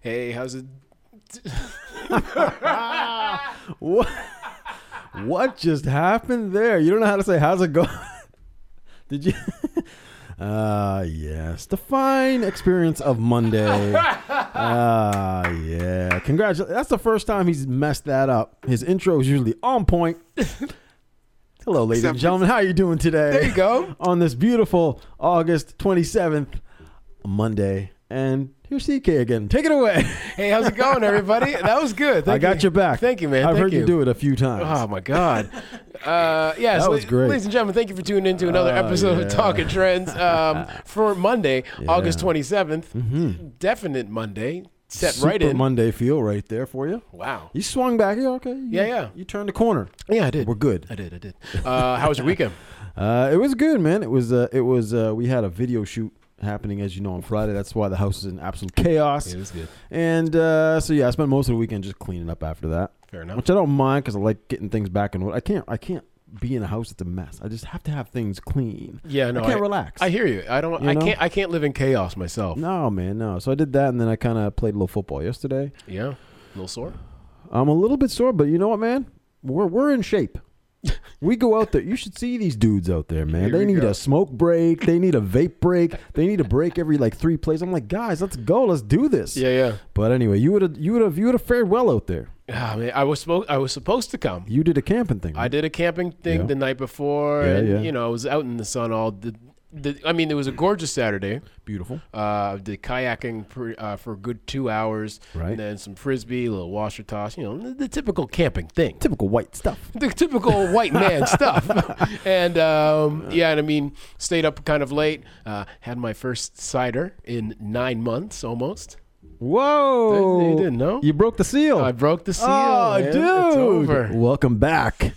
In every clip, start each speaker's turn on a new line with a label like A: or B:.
A: Hey, how's it?
B: What? what just happened there? You don't know how to say how's it going? Did you? Ah, yes, the fine experience of Monday. Ah, yeah. Congratulations. That's the first time he's messed that up. His intro is usually on point. Hello, ladies and
A: Except-
B: gentlemen. How are you doing today?
A: There you go.
B: on this beautiful August 27th, Monday. And here's CK again. Take it away.
A: Hey, how's it going, everybody? That was good.
B: I
A: Thank
B: got
A: you.
B: your back.
A: Thank you, man.
B: I've
A: Thank
B: heard you. do it a few times.
A: Oh my God! Uh, yeah,
B: That
A: so
B: was great.
A: ladies and gentlemen. Thank you for tuning in to another
B: Oh,
A: episode
B: yeah.
A: of Talking Trends um, for Monday, August twenty Definite Monday. Set
B: Mm-hmm. Super
A: right in.
B: Monday feel right there for you.
A: wow.
B: You swung back. Yeah, okay. You-
A: Yeah, yeah.
B: You turned the corner.
A: Yeah, I did.
B: We're good.
A: I did. I did. Uh, how was your weekend?
B: Uh, it was good, man. It was. Uh, it was. Uh, we had a video shoot happening, as you know, on Friday. That's why the house is in absolute chaos.
A: was good.
B: And uh, so yeah, I spent most of the weekend just cleaning up after that,
A: Fair enough.
B: which I don't mind because I like getting things back in order. I can't. I can't be in a house that's a mess. I just have to have things clean.
A: Yeah, no,
B: I can't
A: I-
B: relax.
A: I hear you. I don't.
B: You
A: I
B: know?
A: can't. I can't live in chaos myself.
B: no, man, no. So I did that, and then I kind of played a little football yesterday.
A: Yeah. A little sore.
B: I'm a little bit sore, but you know what, man? We're we're in shape. We go out there. You should see these dudes out there, man.
A: Here
B: they
A: we
B: need
A: go.
B: a smoke break. They need a vape break. They need a break every like three plays. I'm like, guys, let's go. Let's do this.
A: Yeah, yeah.
B: But anyway, you would have you would have you would have fared well out there.
A: Ah, man, I was supposed. I was supposed to come.
B: You did a camping thing.
A: I
B: right?
A: did a camping thing
B: Yeah.
A: the night before,
B: Yeah,
A: and
B: yeah.
A: you know, I was out in the sun all the. the I mean, it was a gorgeous Saturday.
B: Beautiful.
A: Uh, I did kayaking for, uh, for a good two hours,
B: Right.
A: and then some frisbee, a little washer toss. You know, the, the typical camping thing,
B: Typical white stuff.
A: the typical white man stuff. And um, yeah, and I mean, stayed up kind of late. Uh, had my first cider in nine months almost.
B: Whoa!
A: You didn't know?
B: You broke the seal.
A: I broke the seal.
B: oh,
A: man.
B: dude!
A: it's over.
B: Welcome back.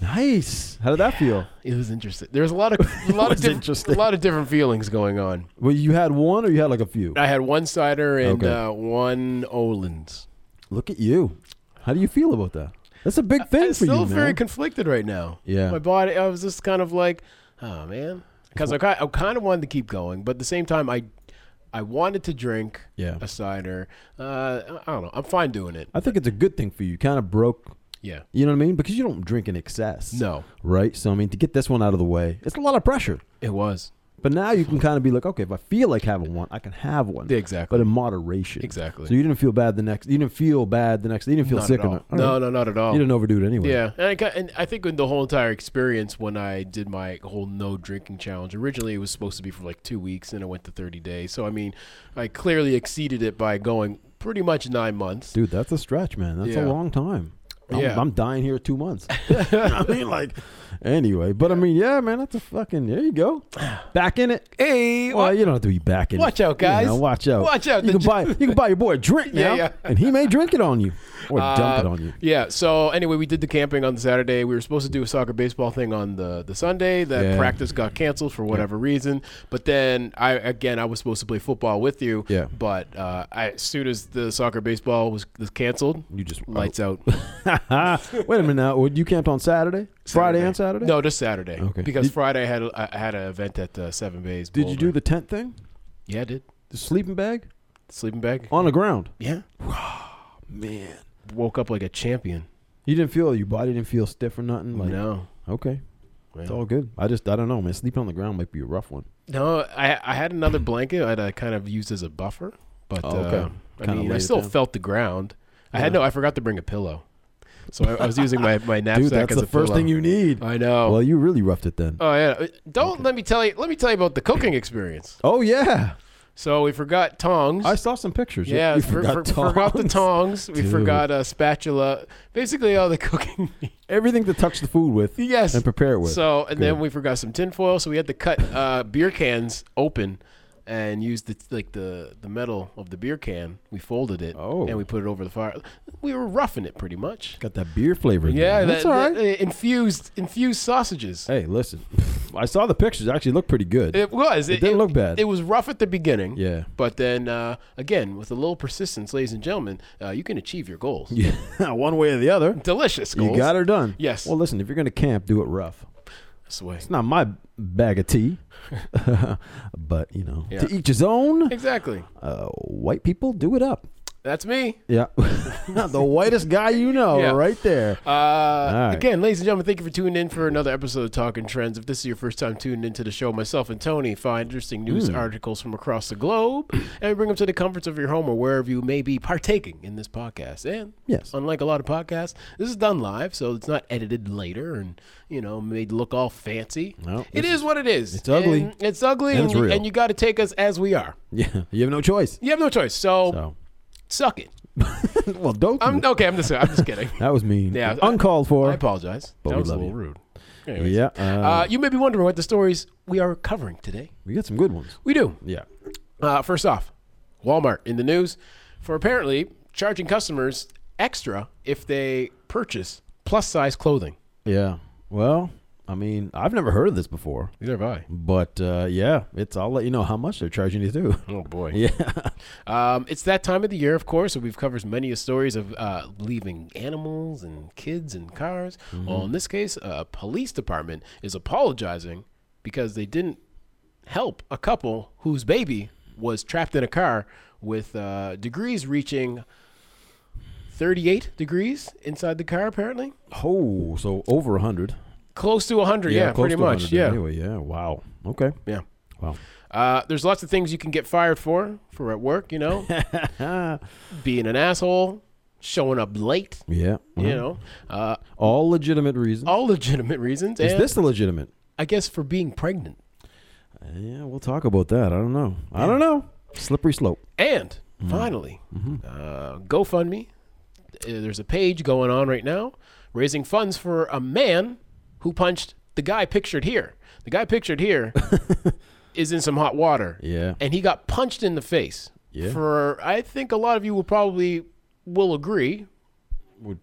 B: Nice. How did that feel?
A: It was interesting. There's a lot of a lot
B: was
A: of different,
B: interesting.
A: a lot of different feelings going on.
B: Well, you had one or you had like a few.
A: I had one cider and
B: Okay.
A: uh, one Olin's.
B: Look at you. How do you feel about that? That's a big thing
A: I'm
B: for
A: still
B: you,
A: very
B: man.
A: conflicted right now.
B: Yeah.
A: my body. I was just kind of like, oh man, because I, ki- I kind of wanted to keep going, but at the same time, I I wanted to drink
B: Yeah.
A: a cider. Uh, I don't know. I'm fine doing it.
B: I think it's a good thing for you. You kind of broke,
A: Yeah.
B: you know what I mean? Because you don't drink in excess.
A: No,
B: Right? So, I mean, to get this one out of the way, it's a lot of pressure.
A: it was
B: But now you can kind of be like, okay, if I feel like having one, I can have one.
A: exactly
B: But in moderation.
A: exactly.
B: So you didn't feel bad the next, you didn't feel bad the next, you didn't feel
A: Not
B: sick
A: at all.
B: or not.
A: No,
B: All right.
A: no, not at all.
B: You didn't overdo it anyway.
A: Yeah, and I, got, and I think in the whole entire experience when I did my whole no drinking challenge, originally it was supposed to be for like two weeks, and it went to thirty days. So I mean, I clearly exceeded it by going pretty much nine months.
B: Dude, that's a stretch, man. That's
A: Yeah.
B: a long time. I'm,
A: Yeah.
B: I'm dying here two months. I mean, like, anyway. But I mean, yeah, man, that's a fucking, there you go. Back in it.
A: Hey,
B: Well, you don't have to be back in.
A: Watch
B: it.
A: out,
B: You know,
A: guys.
B: watch out.
A: Watch out.
B: You
A: The
B: can buy. You can buy your boy a drink
A: Yeah,
B: now,
A: yeah.
B: and he may drink it on you or dump it
A: Uh,
B: on you.
A: Yeah. So anyway, we did the camping on the Saturday. We were supposed to do a soccer baseball thing on the the Sunday. That
B: Yeah.
A: practice got canceled for whatever reason. But then I again I was supposed to play football with you.
B: Yeah.
A: But uh, I, as soon as the soccer baseball was, was canceled,
B: You just
A: lights out.
B: out. Wait a minute now. Well, You camped on Saturday, Friday, and Saturday.
A: No, just Saturday.
B: Okay.
A: Because
B: Did-
A: Friday I had a, I had an event at uh, Seven Bays.
B: Did you do the tent thing?
A: Yeah, I did.
B: The sleeping bag
A: Sleeping bag.
B: on the ground.
A: Yeah.
B: Man,
A: Woke up like a champion.
B: you didn't feel your body didn't feel stiff or nothing. Like
A: no.
B: okay, it's
A: Well,
B: all good. I just I don't know, man. Sleeping on the ground might be a rough one.
A: no, I I had another blanket that I kind of used as a buffer, but
B: Oh, okay.
A: uh, I
B: Kinda
A: mean
B: laid
A: I
B: it
A: still
B: down.
A: felt the ground. I had
B: Yeah.
A: no. I forgot to bring a pillow, so I, I was using my my knapsack
B: Dude, that's
A: as
B: the
A: a
B: first
A: pillow.
B: thing you need.
A: I know.
B: Well, you really roughed it then.
A: oh yeah. Don't let me tell you. Let me tell you about the cooking experience.
B: Oh yeah,
A: So we forgot tongs.
B: I saw some pictures. You-
A: Yeah,
B: you
A: for- for- forgot, the
B: tongs.
A: tongs. We
B: Dude.
A: forgot a spatula. Basically, all the cooking.
B: Everything to touch the food with
A: yes.
B: and prepare it with.
A: So, and then
B: Good.
A: we forgot some tinfoil. So we had to cut uh, beer cans open and use the like the the metal of the beer can. We folded it
B: Oh.
A: and we put it over the fire. We were roughing it pretty much.
B: Got that beer flavor. in
A: Yeah,
B: there. that's
A: that-
B: all right.
A: that- uh, infused infused sausages.
B: hey, listen, I saw the pictures. Actually, look pretty good.
A: It was.
B: It didn't look bad.
A: It was rough at the beginning.
B: yeah,
A: But then uh, again, with a little persistence, ladies and gentlemen, uh, you can achieve your goals.
B: yeah, one way or the other.
A: Delicious goals.
B: You got her done.
A: Yes.
B: Well, listen, if you're gonna camp, do it rough.
A: That's the way.
B: It's not my bag of tea, but you know,
A: Yeah.
B: to each his own.
A: Exactly.
B: Uh, white people, do it up.
A: That's me.
B: Yeah. the whitest guy you know,
A: Yeah.
B: right there.
A: Uh,
B: right.
A: Again, ladies and gentlemen, thank you for tuning in for another episode of Talking Trends. If this is your first time tuning into the show, myself and Tony find interesting
B: Hmm.
A: news articles from across the globe and we bring them to the comforts of your home or wherever you may be partaking in this podcast. And
B: Yes.
A: unlike a lot of podcasts, this is done live, so it's not edited later and you know made look all fancy.
B: No,
A: it
B: this
A: is what it is.
B: it's ugly.
A: And it's ugly,
B: And
A: and,
B: it's
A: you-
B: real.
A: and you got to take us as we are.
B: Yeah. You have no choice.
A: You have no choice. So,
B: So, Hmm.
A: suck it.
B: well, don't.
A: I'm okay. I'm just. I'm just kidding.
B: that was mean.
A: Yeah.
B: Uncalled for.
A: I apologize.
B: But
A: that
B: we
A: was
B: love
A: a little
B: you.
A: rude. Anyways.
B: yeah. Uh,
A: Uh, you may be wondering what the stories we are covering today.
B: we got some good ones.
A: We do.
B: Yeah.
A: Uh, first off, Walmart in the news for apparently charging customers extra if they purchase plus size clothing.
B: Yeah. Well, I mean, I've never heard of this before,
A: Neither have I.
B: but uh, yeah, it's. I'll let you know how much they're charging you too.
A: Oh boy.
B: Yeah.
A: Um, it's that time of the year, of course, and we've covered many stories of uh, leaving animals and kids and cars.
B: Mm-hmm.
A: Well, in this case, a police department is apologizing because they didn't help a couple whose baby was trapped in a car with uh, degrees reaching 38 degrees inside the car, apparently.
B: Oh, so over a hundred.
A: Close to 100, yeah,
B: close
A: pretty
B: to
A: much.
B: 100
A: Yeah.
B: Anyway, yeah. Wow. Okay.
A: Yeah.
B: Wow.
A: Uh, there's lots of things you can get fired for, for at work, you know, Ah, being an asshole, showing up late.
B: yeah.
A: you
B: well,
A: know, uh,
B: All legitimate reasons.
A: all legitimate reasons.
B: Is
A: and
B: this the legitimate?
A: I guess, for being pregnant.
B: Yeah, we'll talk about that. I don't know. I don't know. Slippery slope.
A: And
B: Mm-hmm.
A: finally, uh, GoFundMe. Uh, There's a page going on right now raising funds for a man who punched the guy pictured here. The guy pictured here is in some hot water,
B: Yeah.
A: and he got punched in the face.
B: Yeah.
A: For I think a lot of you will probably will agree
B: Would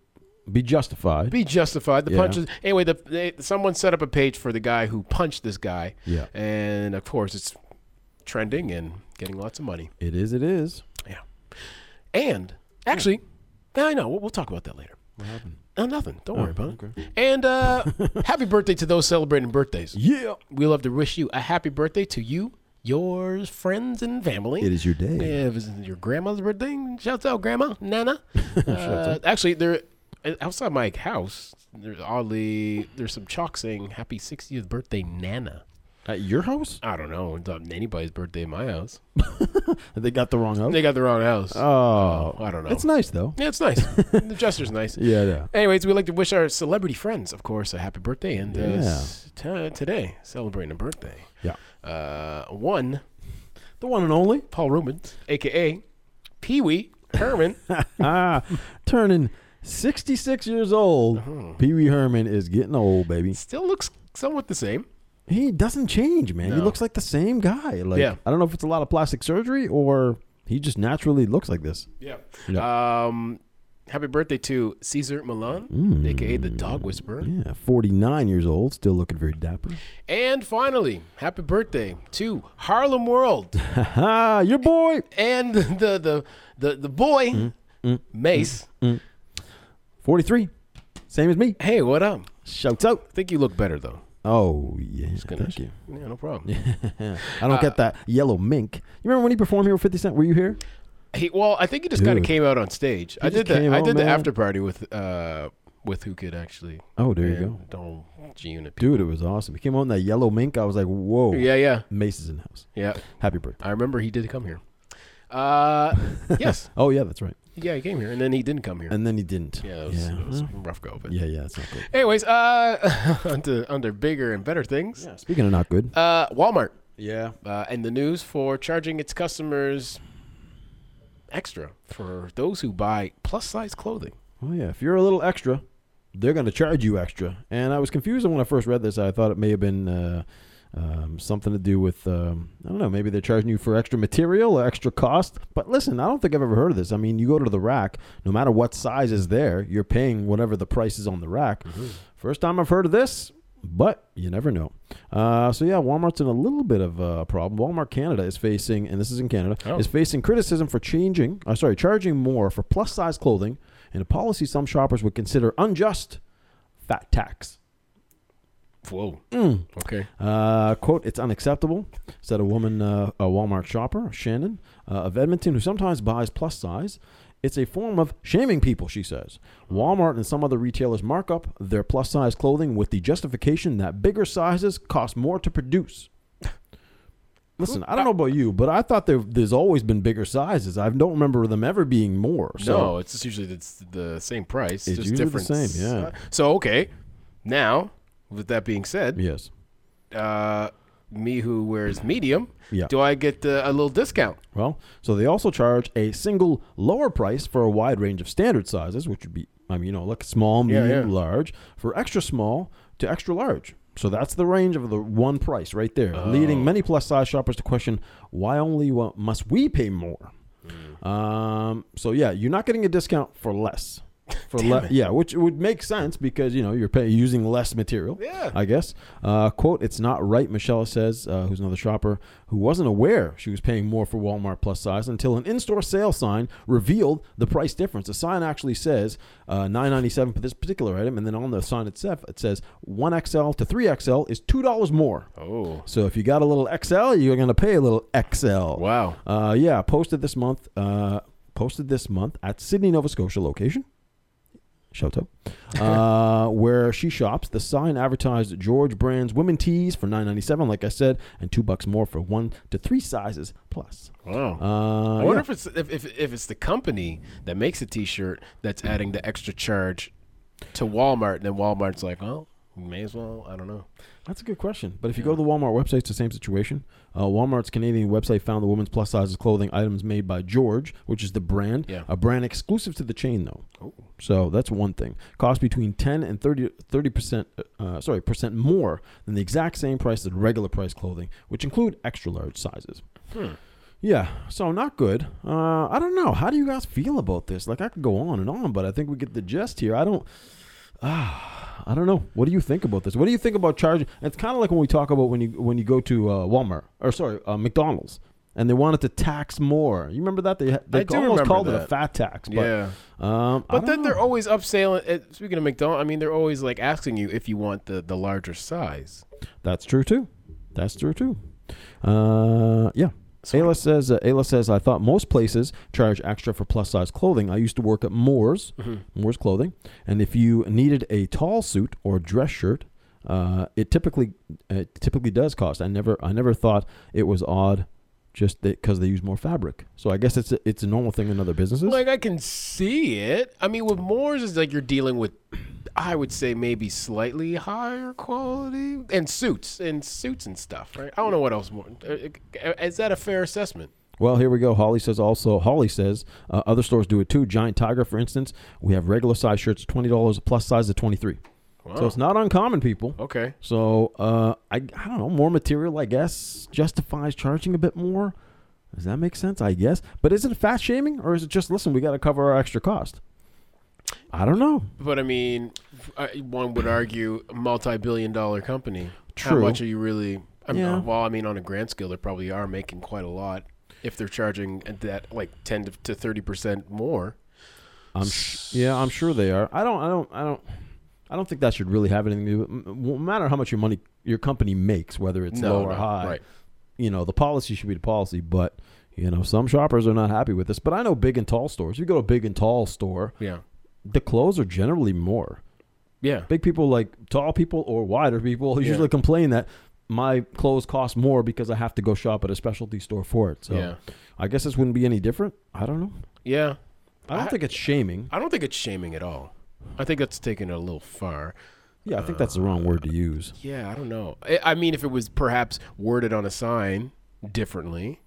B: be justified.
A: be justified. The
B: Yeah.
A: punches. Anyway, the they, someone set up a page for the guy who punched this guy.
B: Yeah.
A: And of course, it's trending and getting lots of money.
B: it is. It is.
A: Yeah. And actually, I know we'll, we'll talk about that later.
B: What happened? Oh,
A: No, nothing. Don't worry about it. And uh, happy birthday to those celebrating birthdays.
B: Yeah.
A: We love to wish you a happy birthday to you, yours, friends, and family.
B: It is your day.
A: Yeah, if it's your grandma's birthday, shouts out grandma, nana. uh, actually, there outside my house, there's oddly there's some chalk saying "Happy 60th birthday, nana."
B: At your house?
A: I don't know. It's not anybody's birthday in my house.
B: They got the wrong house.
A: They got the wrong house.
B: oh.
A: I don't know.
B: It's nice though.
A: yeah, it's nice. the gesture's nice.
B: Yeah. Yeah.
A: Anyways, we like to wish our celebrity friends, of course, a happy birthday, and uh,
B: Yeah.
A: s- t- today celebrating a birthday.
B: Yeah.
A: Uh, one
B: The one and only.
A: Paul Rubens, aka Pee Wee Herman.
B: ah, turning 66 years old. Pee Wee Herman is getting old, baby.
A: Still looks somewhat the same.
B: He doesn't change, man. He
A: No.
B: looks like the same guy. Like
A: Yeah.
B: I don't know if it's a lot of plastic surgery or he just naturally looks like this.
A: Yeah. Um, happy birthday to Caesar Milan, aka the Dog Whisperer.
B: Yeah, 49 years old, still looking very dapper.
A: And finally, happy birthday to Harlem World
B: Haha, your boy
A: and the the the, the boy
B: Mm,
A: Mace.
B: 43. Same as me.
A: Hey, what up?
B: Shouts out.
A: I think you look better though.
B: Oh, yeah.
A: gonna-
B: Thank you.
A: Yeah, no problem.
B: I don't get that yellow mink. You remember when he performed here with 50 Cent? Were you here?
A: He, well, I think he just kind of
B: Dude.
A: came out on stage. I
B: just
A: did the
B: came
A: I
B: out,
A: did
B: man.
A: the after party with uh with who could actually.
B: Oh, there you go.
A: and Dom G Unit.
B: Dude, it was awesome. He came on that yellow mink. I was like, whoa.
A: Yeah, yeah,
B: Mace is in the house.
A: yeah.
B: Happy birthday.
A: I remember he did come here. Uh, yes,
B: Oh yeah, that's right.
A: yeah, he came here, and then he didn't come here.
B: And then he didn't.
A: Yeah, it was,
B: yeah.
A: It was a rough go. But
B: yeah, yeah, that's not good.
A: anyways, uh, onto under bigger and better things.
B: Speaking of not good.
A: Uh, Walmart
B: Yeah.
A: uh, and the news for charging its customers extra for those who buy plus size clothing.
B: Oh yeah. If you're a little extra, they're gonna charge you extra. And I was confused when I first read this. I thought it may have been uh, um, something to do with um, I don't know. Maybe they're charging you for extra material or extra cost. But listen, I don't think I've ever heard of this. I mean, you go to the rack, no matter what size is there, you're paying whatever the price is on the rack. First time I've heard of this. But you never know. Uh, so yeah, Walmart's in a little bit of a problem. Walmart Canada is facing, and this is in Canada,
A: Oh.
B: is facing criticism for changing, uh, sorry, charging more for plus size clothing, and a policy some shoppers would consider unjust, fat tax.
A: Whoa.
B: Mm.
A: Okay.
B: Uh, quote, it's unacceptable, said a woman, uh, a Walmart shopper, Shannon, uh, of Edmonton, who sometimes buys plus size. It's a form of shaming people, she says. Walmart and some other retailers mark up their plus size clothing with the justification that bigger sizes cost more to produce. Listen, I don't know about you, but I thought there, there's always been bigger sizes. I don't remember them ever being more. So
A: no, it's just usually it's the same price.
B: It's
A: just
B: usually the
A: different.
B: same, yeah.
A: So okay, now with that being said,
B: yes,
A: uh, me who wears medium,
B: Yeah.
A: do I get uh, a little discount?
B: Well, so they also charge a single lower price for a wide range of standard sizes, which would be, I mean, you know, like small,
A: Yeah,
B: medium,
A: yeah.
B: large, for extra small to extra large. So that's the range of the one price right there,
A: Oh.
B: leading many plus size shoppers to question why only wa- must we pay more?
A: Mm.
B: Um, so yeah, you're not getting a discount for less. For le- yeah, which would make sense because you know you're pay- using less material.
A: Yeah.
B: I guess. Uh, quote, it's not right, Michelle says, uh, who's another shopper, who wasn't aware she was paying more for Walmart plus size until an in store sale sign revealed the price difference. The sign actually says uh, nine ninety seven for this particular item, and then on the sign itself, it says 1XL to 3XL is $2 more.
A: Oh,
B: So if you got a little XL, you're going to pay a little XL.
A: wow.
B: Uh, yeah, posted this month. Uh, posted this month at Sydney, Nova Scotia location. Shout out. Uh, where she shops. The sign advertised George Brand's women tees for nine ninety seven, like I said, and two bucks more for one to three sizes plus.
A: Wow.
B: Uh,
A: I wonder
B: yeah.
A: if it's if, if, if it's the company that makes a T-shirt that's adding the extra charge to Walmart, and then Walmart's like, oh, we may as well. I don't know.
B: That's a good question. But if you go to the Walmart website, it's the same situation. Uh, Walmart's Canadian website found the women's plus sizes clothing items made by George, which is the brand,
A: Yeah.
B: a brand exclusive to the chain, though.
A: Oh.
B: So that's one thing. Cost between 10 and 30 percent, uh, sorry, percent more than the exact same price as regular price clothing, which include extra large sizes. Yeah, so not good. Uh, I don't know. How do you guys feel about this? Like I could go on and on, but I think we get the gist here. I don't. Ah, I don't know. What do you think about this? What do you think about charging? It's kind of like when we talk about when you when you go to uh, Walmart or sorry uh, McDonald's and they wanted to tax more. You remember that they ha- they
A: I do
B: almost
A: remember
B: called it a
A: that.
B: fat tax. But,
A: yeah.
B: Um,
A: But then they're always upselling. eh, Speaking of McDonald's, I mean, they're always like asking you if you want the the larger size.
B: That's true too. That's true too. Uh, yeah.
A: So-
B: Ayla says. Uh, Ayla says. I thought most places charge extra for plus size clothing. I used to work at Moore's,
A: Mm-hmm.
B: Moore's Clothing, and if you needed a tall suit or dress shirt, uh, it typically it typically does cost. I never I never thought it was odd, just because they use more fabric. So I guess it's a, it's a normal thing in other businesses.
A: Like I can see it. I mean, with Moore's is like you're dealing with, I would say maybe slightly higher quality and suits and suits and stuff, right? I don't know what else more. eh, eh, Is that a fair assessment?
B: Well, here we go. Holly says also. Holly says uh, other stores do it too. Giant Tiger, for instance, we have regular size shirts, twenty dollars plus size of twenty three. So
A: Wow.
B: it's not uncommon, people.
A: Okay.
B: So uh, I I don't know. More material, I guess, justifies charging a bit more. Does that make sense? I guess. But is it fat shaming or is it just listen? We got to cover our extra cost. I don't know.
A: But I mean, I- one would argue a multi-billion-dollar company. How
B: True.
A: much are you really? I mean,
B: Yeah.
A: Well, I mean, on a grand scale, they probably are making quite a lot if they're charging at that like ten to- to thirty percent more.
B: I'm sh- yeah, I'm sure they are. I don't, I don't, I don't, I don't think that should really have anything to do. With, m- no matter how much your money, your company makes, whether it's
A: No,
B: low or
A: no,
B: high,
A: right.
B: you know, the policy should be the policy. But you know, some shoppers are not happy with this. But I know big and tall stores. You go to a big and tall store,
A: Yeah.
B: the clothes are generally more.
A: Yeah.
B: Big people like tall people or wider people
A: Yeah.
B: usually complain that my clothes cost more because I have to go shop at a specialty store for it. So
A: Yeah.
B: I guess this wouldn't be any different. I don't know.
A: Yeah.
B: I don't
A: I-
B: think it's shaming.
A: I don't think it's shaming at all. I think that's taking it a little far.
B: Yeah, I think that's the wrong word to use.
A: Yeah, I don't know. I, I mean, if it was perhaps worded on a sign differently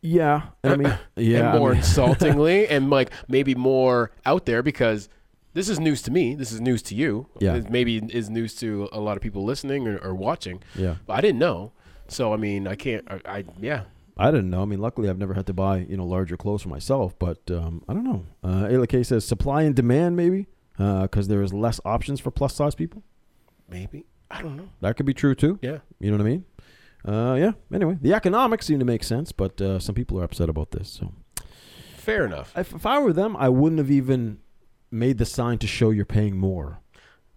B: Yeah, I mean, yeah,
A: and
B: I
A: more
B: mean,
A: insultingly and like maybe more out there because this is news to me. This is news to you.
B: Yeah.
A: It maybe is news to a lot of people listening or, or watching.
B: yeah.
A: But I didn't know. So, I mean, I can't. I, I Yeah.
B: I didn't know. I mean, luckily, I've never had to buy you know larger clothes for myself, but um, I don't know. Uh, Ayla K says supply and demand maybe because there is less options for plus size people.
A: Maybe. I don't know.
B: That could be true too.
A: Yeah.
B: You know what I mean? Uh, yeah. Anyway, the economics seem to make sense, but uh, some people are upset about this. So
A: Fair enough.
B: if, if I were them, I wouldn't have even made the sign to show you're paying more.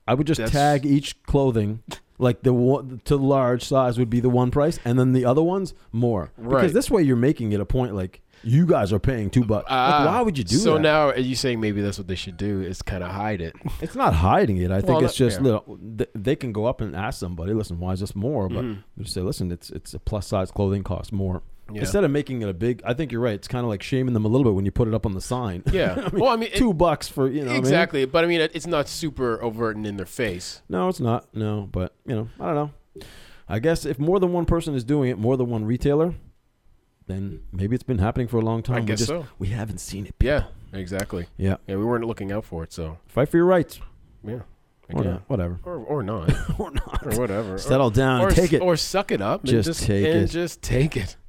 B: I would just
A: That's-
B: tag each clothing like the one, to large size would be the one price, and then the other ones more.
A: Right.
B: Because this way you're making it a point like you guys are paying two bucks.
A: Ah,
B: like, why would you do
A: so
B: that?
A: now are you saying maybe that's what they should do is kind of hide it?
B: It's not hiding it. I think
A: Well,
B: it's just
A: yeah.
B: little. th- They can go up and ask somebody, listen, why is this more? But
A: Mm-hmm.
B: they just say, listen, it's it's a plus size clothing cost more.
A: Yeah.
B: Instead of making it a big, I think you're right. It's kind of like shaming them a little bit when you put it up on the sign.
A: Yeah.
B: I mean,
A: Well, I mean, it-
B: two bucks for you know what I mean?
A: exactly, but I mean it- it's not super overt and in their face.
B: No, it's not. No, but you know, I don't know. I guess if more than one person is doing it, more than one retailer, then maybe it's been happening for a long time.
A: I
B: we
A: guess
B: just-
A: so.
B: We haven't seen it.
A: Yeah, exactly.
B: Yeah.
A: Yeah, we weren't looking out for it, so
B: Fight for your rights.
A: yeah, I
B: Or
A: guess.
B: not. Whatever.
A: or or not,
B: or not.
A: or whatever. Or-
B: Settle down
A: or,
B: and take
A: s-
B: it.
A: or suck it up and
B: Just
A: just,
B: take
A: and
B: it.
A: just take it.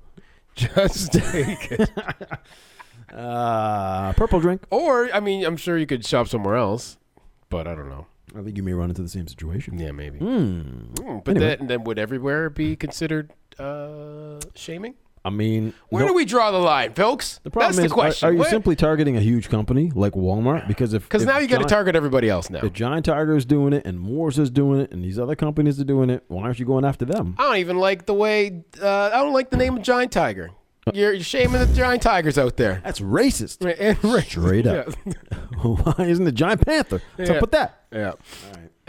A: Just take it.
B: Uh, purple drink.
A: Or I mean, I'm sure you could shop somewhere else, but I don't know.
B: I think you may run into the same situation.
A: Yeah, maybe.
B: Hmm.
A: Mm, but
B: Anyway.
A: that, then would everywhere be considered uh, shaming?
B: I mean,
A: Where
B: no-
A: do we draw the line, folks?
B: the problem
A: That's
B: is,
A: the question.
B: Are, are you
A: Where-
B: simply targeting a huge company like Walmart? Because if
A: Because
B: if
A: now you got to
B: Giant-
A: target everybody else now.
B: if Giant Tiger is doing it and Moore's is doing it and these other companies are doing it, why aren't you going after them?
A: I don't even like the way. Uh, I don't like the name of Giant Tiger.
B: Uh.
A: You're, you're shaming the Giant Tigers out there.
B: That's racist.
A: And right-
B: Straight up.
A: Yeah.
B: why isn't the Giant Panther? What's
A: Yeah.
B: up with that?
A: Yeah.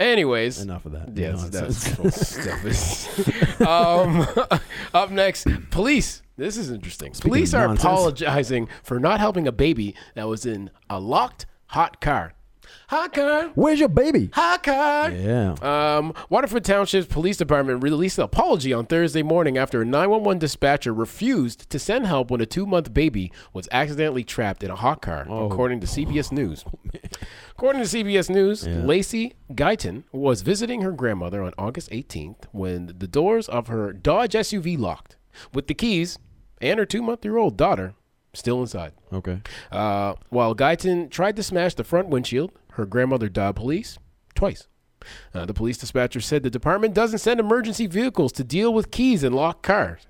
A: Anyways.
B: Enough of that.
A: Yeah,
B: No,
A: that's,
B: it's-
A: that's stuff is. um, up next, police. This is interesting. police
B: of
A: are
B: nonsense.
A: apologizing for not helping a baby that was in a locked hot car. Hot car.
B: Where's your baby?
A: Hot car.
B: Yeah.
A: Um, Waterford Township's police department released an apology on Thursday morning after a 911 dispatcher refused to send help when a two-month baby was accidentally trapped in a hot car, according to CBS News. according to CBS News, Lacey Guyton was visiting her grandmother on August 18th when the doors of her Dodge SUV locked, with the keys and her two-month-year-old daughter still inside.
B: Okay.
A: Uh, while Guyton tried to smash the front windshield, her grandmother dialed police twice. Uh, the police dispatcher said the department doesn't send emergency vehicles to deal with keys in locked cars.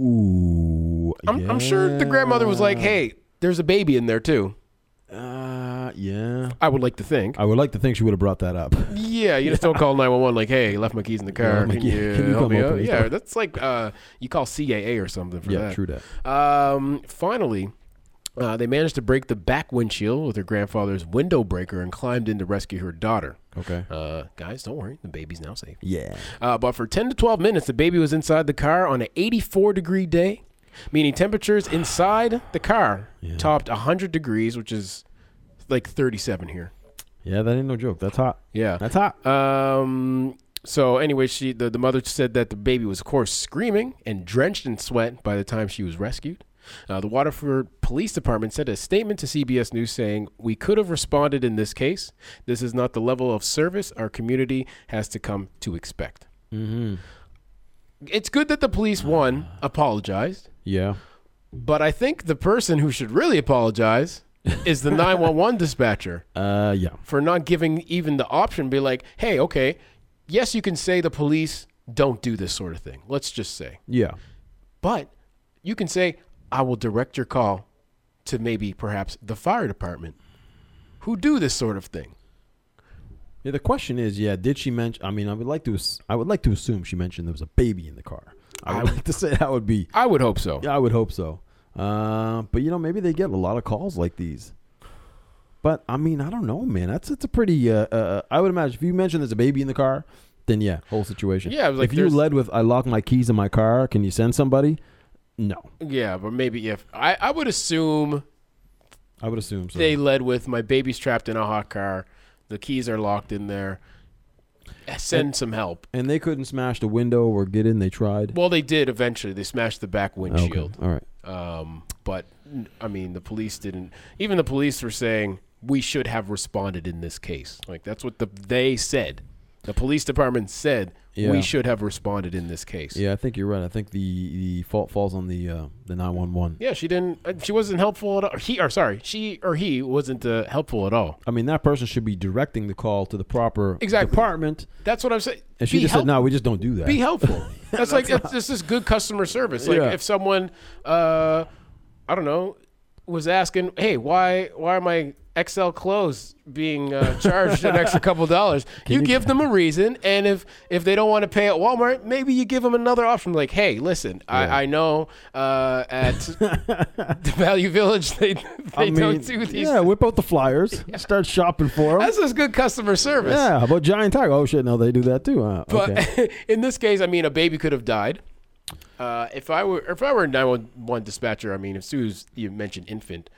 B: Ooh.
A: I'm, I'm sure the grandmother was like, hey, there's a baby in there too.
B: Uh, yeah.
A: I would like to think.
B: I would like to think she would have brought that up.
A: Yeah, you just don't call 911 like, hey, left my keys in the car.
B: left my
A: Can
B: key-
A: you,
B: can you
A: help
B: come
A: me
B: open
A: out?
B: this
A: Yeah,
B: door?
A: that's like uh, you call CAA or something for
B: Yeah,
A: that.
B: true that.
A: Um, finally, uh, they managed to break the back windshield with her grandfather's window breaker and climbed in to rescue her daughter.
B: Okay.
A: Uh, guys, don't worry. The baby's now safe.
B: Yeah.
A: Uh, but for 10 to 12 minutes, the baby was inside the car on an 84 degree day, meaning temperatures inside the car topped 100 degrees, which is like 37 here.
B: Yeah, that ain't no joke. That's hot.
A: Yeah.
B: That's hot.
A: Um. So anyway, she the, the mother said that the baby was, of course, screaming and drenched in sweat by the time she was rescued. Uh, the Waterford Police Department sent a statement to CBS News saying, "We could have responded in this case. This is not the level of service our community has to come to expect."
B: Mm-hmm.
A: It's good that the police one apologized,
B: Yeah.
A: but I think the person who should really apologize is the 911 dispatcher.
B: Uh, yeah.
A: for not giving even the option be like hey okay yes you can say the police don't do this sort of thing let's just say
B: Yeah.
A: but you can say i will direct your call to maybe perhaps the fire department who do this sort of thing
B: Yeah. The question is, yeah, did she mention? I mean, I would like to. ass- I would like to assume she mentioned there was a baby in the car. I would like to say that would be.
A: i would hope so
B: Yeah, I would hope so. Uh, but you know, maybe they get a lot of calls like these. But I mean, I don't know, man. That's it's a pretty. Uh, uh, I would imagine if you mentioned there's a baby in the car, then yeah, whole situation.
A: Yeah, it was like
B: if you
A: there's-
B: led with "I locked my keys in my car," can you send somebody? No,
A: yeah but maybe if i, I would assume
B: I would assume so.
A: they led with my baby's trapped in a hot car the keys are locked in there send some help
B: and they couldn't smash the window or get in. They tried.
A: well they did eventually they smashed the back windshield
B: All right.
A: Um, but n- I mean, the police didn't. Even the police were saying we should have responded in this case. Like that's what the they said. The police department said
B: Yeah.
A: we should have responded in this case.
B: Yeah, I think you're right. I think the, the fault falls on the uh, the nine one one.
A: Yeah, she didn't. uh, She wasn't helpful at all. He or sorry, she or he wasn't uh, helpful at all.
B: I mean, that person should be directing the call to the proper
A: Exactly.
B: department.
A: That's what I'm saying.
B: And she
A: Be
B: just
A: help-
B: said, "No, we just don't do that."
A: be helpful. That's, like it's this is good customer service. Like
B: Yeah.
A: if someone, uh, I don't know, was asking, "Hey, why why are my XL clothes being uh, charged an extra couple dollars?" You,
B: you-
A: give them a reason, and if if they don't want to pay at Walmart, maybe you give them another option. Like, "Hey, listen, I, I know uh, at the Value Village they they
B: I mean,
A: don't do these.
B: yeah, whip out the flyers, start shopping for them.
A: That's just good customer service."
B: Yeah, how about Giant Tiger? Oh shit, no, they do that too. Uh,
A: But
B: okay.
A: in this case, I mean, a baby could have died. Uh, if I were if I were a 911 dispatcher, I mean, if Sue's you mentioned infant,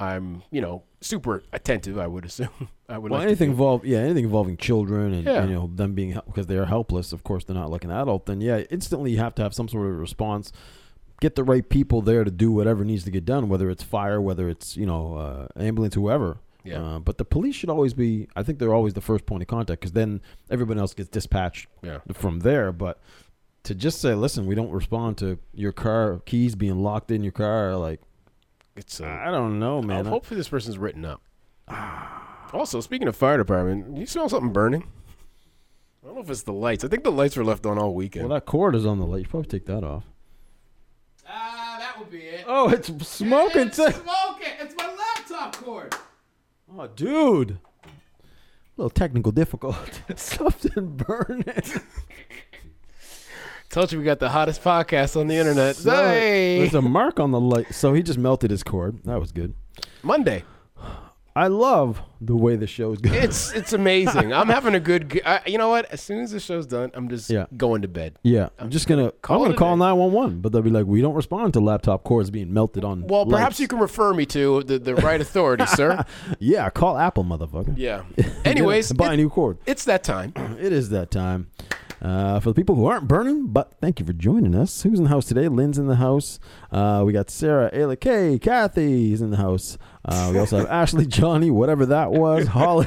A: I'm you know super attentive. I would assume I would
B: Well,
A: like To think.
B: anything involved, yeah, anything involving children and
A: Yeah.
B: you know them being hel- because they are helpless. Of course, they're not like an adult. Then yeah, instantly you have to have some sort of response. Get the right people there to do whatever needs to get done, whether it's fire, whether it's you know uh, ambulance, whoever.
A: Yeah.
B: Uh, but the police should always be. I think they're always the first point of contact because then everyone else gets dispatched
A: Yeah.
B: from there. But to just say, listen, we don't respond to your car keys being locked in your car, like
A: It's uh,
B: I Ah. don't know,
A: man,
B: Ah, man.
A: hopefully this person's written up. also, speaking of fire department, you smell something burning. I don't know if it's the lights. I think the lights were left on all weekend.
B: Well, that cord is on the light. You should probably take that off.
A: Ah, that would be it.
B: Oh, it's smoking too.
A: smoking. It's my laptop cord.
B: Oh, dude. A little technical difficulty. Something burning.
A: Told you we got the hottest podcast on the internet.
B: So,
A: hey,
B: There's a mark on the light. So he just melted his cord. That was good.
A: Monday.
B: I love the way the show's going.
A: It's it's amazing. I'm having a good. g- I, you know what? As soon as the show's done, I'm just
B: Yeah.
A: going to bed.
B: yeah, I'm just gonna.
A: Call
B: I'm
A: it
B: gonna
A: a
B: call
A: day.
B: 911, but they'll be like, "We don't respond to laptop cords being melted on."
A: Well, perhaps
B: lights."
A: you can refer me to the, the right authority, sir.
B: Yeah, call Apple, motherfucker.
A: Yeah. Anyways,
B: buy a
A: it,
B: new cord.
A: it's that time.
B: It is that time. Uh, for the people who aren't burning, but thank you for joining us. Who's in the house today? Lynn's in the house. Uh, we got Sarah, Ayla Kay, Kathy's in the house. Uh, we also have Ashley, Johnny, whatever that was, Holly,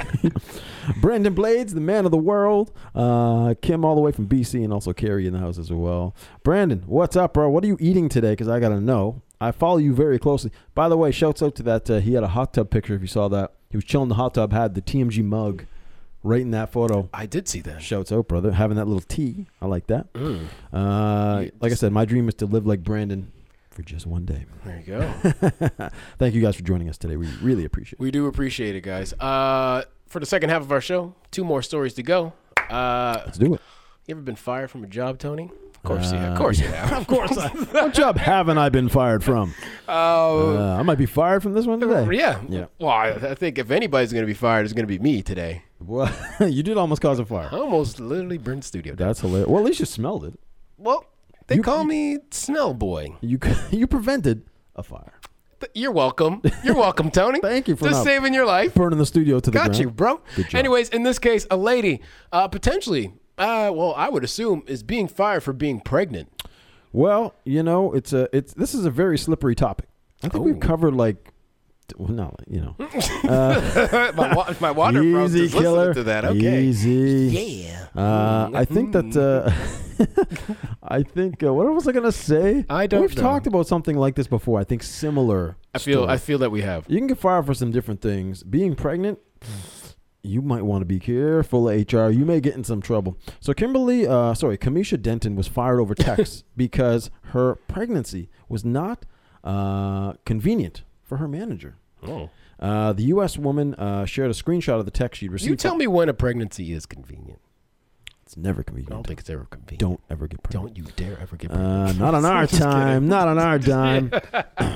B: Brandon Blades, the man of the world, uh, Kim, all the way from BC, and also Carrie in the house as well. Brandon, what's up, bro? What are you eating today? Because I got to know. I follow you very closely. By the way, shouts out to that. Uh, he had a hot tub picture if you saw that. He was chilling in the hot tub, had the TMG mug right in that photo.
A: I did see that.
B: Shouts out, brother. Having that little tea. I like that.
A: mm,
B: Uh, like I said, my dream is to live like Brandon for just one day.
A: There you go.
B: Thank you guys for joining us today. We really appreciate it.
A: We do appreciate it, guys. Uh, for the second half of our show, two more stories to go. Uh,
B: Let's do it.
A: you ever been fired from a job, Tony? Of course,
B: Uh,
A: yeah. Of course, Uh, yeah.
B: Of course. I, what job haven't I been fired from?
A: Oh,
B: Uh, I might be fired from this one today.
A: yeah.
B: Yeah.
A: Well, I, I think if anybody's going to be fired, it's going to be me today.
B: Well, you did almost cause a
A: I
B: fire.
A: almost literally burned the studio down.
B: That's hilarious. Well, at least you smelled it.
A: Well, they
B: You-
A: call me Snell Boy.
B: You you prevented a fire.
A: Th- You're welcome. You're welcome, Tony.
B: Thank you for
A: just
B: not-
A: saving your life.
B: Burning the studio to the
A: Got
B: ground.
A: you, bro.
B: Good job.
A: Anyways, in this case, a lady uh, potentially, uh, well, I would assume is being fired for being pregnant.
B: Well, you know, it's a it's this is a very slippery topic. I think
A: Oh.
B: we've covered like, t- well, no, you know,
A: Uh, my, wa- my water broke
B: easy
A: just listening
B: killer
A: to that. Okay.
B: Easy.
A: Yeah.
B: Uh, I think that. Uh, I think. Uh, what was I gonna say?
A: Hmm. I don't
B: We've
A: know.
B: talked about something like this before. I think similar.
A: I feel.
B: story.
A: I feel that we have.
B: you can get fired for some different things. Being pregnant. You might want to be careful, HR. You may get in some trouble. So, Kimberly, uh, sorry, Kamisha Denton was fired over text because her pregnancy was not uh, convenient for her manager.
A: Oh.
B: Uh, the U.S. woman uh, shared a screenshot of the text she'd received.
A: You tell me when a pregnancy is convenient.
B: It's never
A: I don't
B: convenient.
A: think it's ever convenient.
B: Don't ever get pregnant.
A: Don't you dare ever get pregnant.
B: Uh, not on our
A: Just kidding.
B: time. Not on our dime.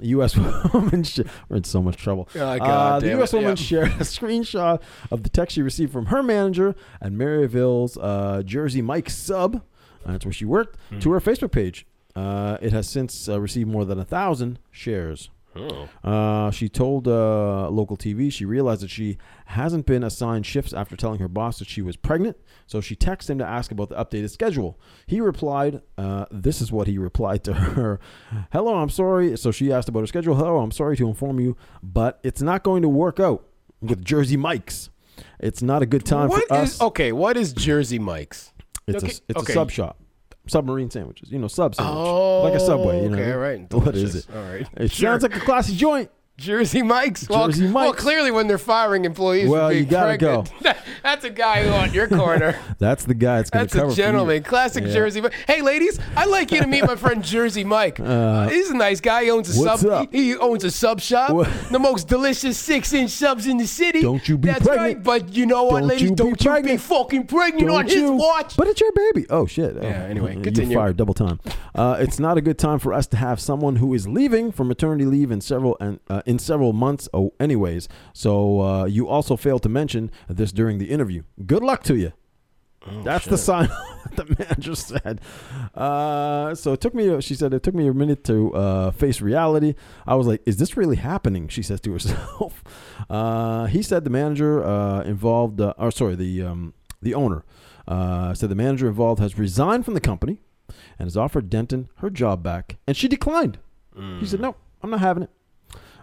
B: U.S. woman, sh- we're in so much trouble.
A: Oh, God
B: Uh, the
A: damn
B: U.S.
A: it.
B: woman
A: Yeah.
B: shared a screenshot of the text she received from her manager at Maryville's uh, Jersey Mike Sub, uh, that's where she worked, to
A: Hmm.
B: her Facebook page. Uh, it has since uh, received more than a thousand shares.
A: Oh.
B: Uh, she told uh, local TV she realized that she hasn't been assigned shifts after telling her boss that she was pregnant. So she texted him to ask about the updated schedule. He replied, uh, This is what he replied to her Hello, I'm sorry. So she asked about her schedule. Hello, I'm sorry to inform you, but it's not going to work out with Jersey Mike's. It's not a good time
A: What
B: for us.
A: is okay? What is Jersey Mike's?
B: It's
A: Okay,
B: a it's
A: okay.
B: a sub shop, submarine sandwiches. You know, sub sandwich,
A: Oh,
B: like a subway. You know,
A: okay, all right.
B: What is
A: Delicious.
B: it?
A: All right.
B: It
A: Sure.
B: sounds like a classy joint,
A: Jersey Mike's. Well,
B: Jersey
A: Well,
B: Mike's.
A: clearly when they're firing employees, for
B: Well,
A: being
B: you gotta
A: pregnant, That's a guy who on your corner.
B: That's the guy. It's gonna
A: That's
B: cover
A: a
B: for you.
A: gentleman. Classic
B: Yeah.
A: Jersey Mike. Hey, ladies, I'd like you to meet my friend Jersey Mike. Uh, he's a nice guy. He owns a
B: what's
A: sub.
B: up?
A: He owns a sub shop.
B: What-
A: The most delicious six-inch subs in the city.
B: Don't you be
A: That's
B: pregnant.
A: right. But you know what,
B: Don't
A: ladies?
B: you be
A: don't you be
B: pregnant.
A: fucking pregnant on
B: Don't
A: his
B: you?
A: watch.
B: But it's your baby. Oh shit. Oh,
A: Yeah, anyway,
B: you
A: continue.
B: fired double time. Uh, it's not a good time for us to have someone who is leaving for maternity leave in several and uh, in several months. Oh, anyways. So uh, you also failed to mention this during the interview. Good luck to you.
A: Oh,
B: That's the sign the manager said. Uh, so it took me. She said it took me a minute to uh, face reality. I was like, "Is this really happening?" She says to herself. Uh, he said the manager uh, involved, uh, or sorry, the um, the owner uh, said the manager involved has resigned from the company and has offered Denton her job back, and she declined.
A: Mm.
B: She said, "No, I'm not having it."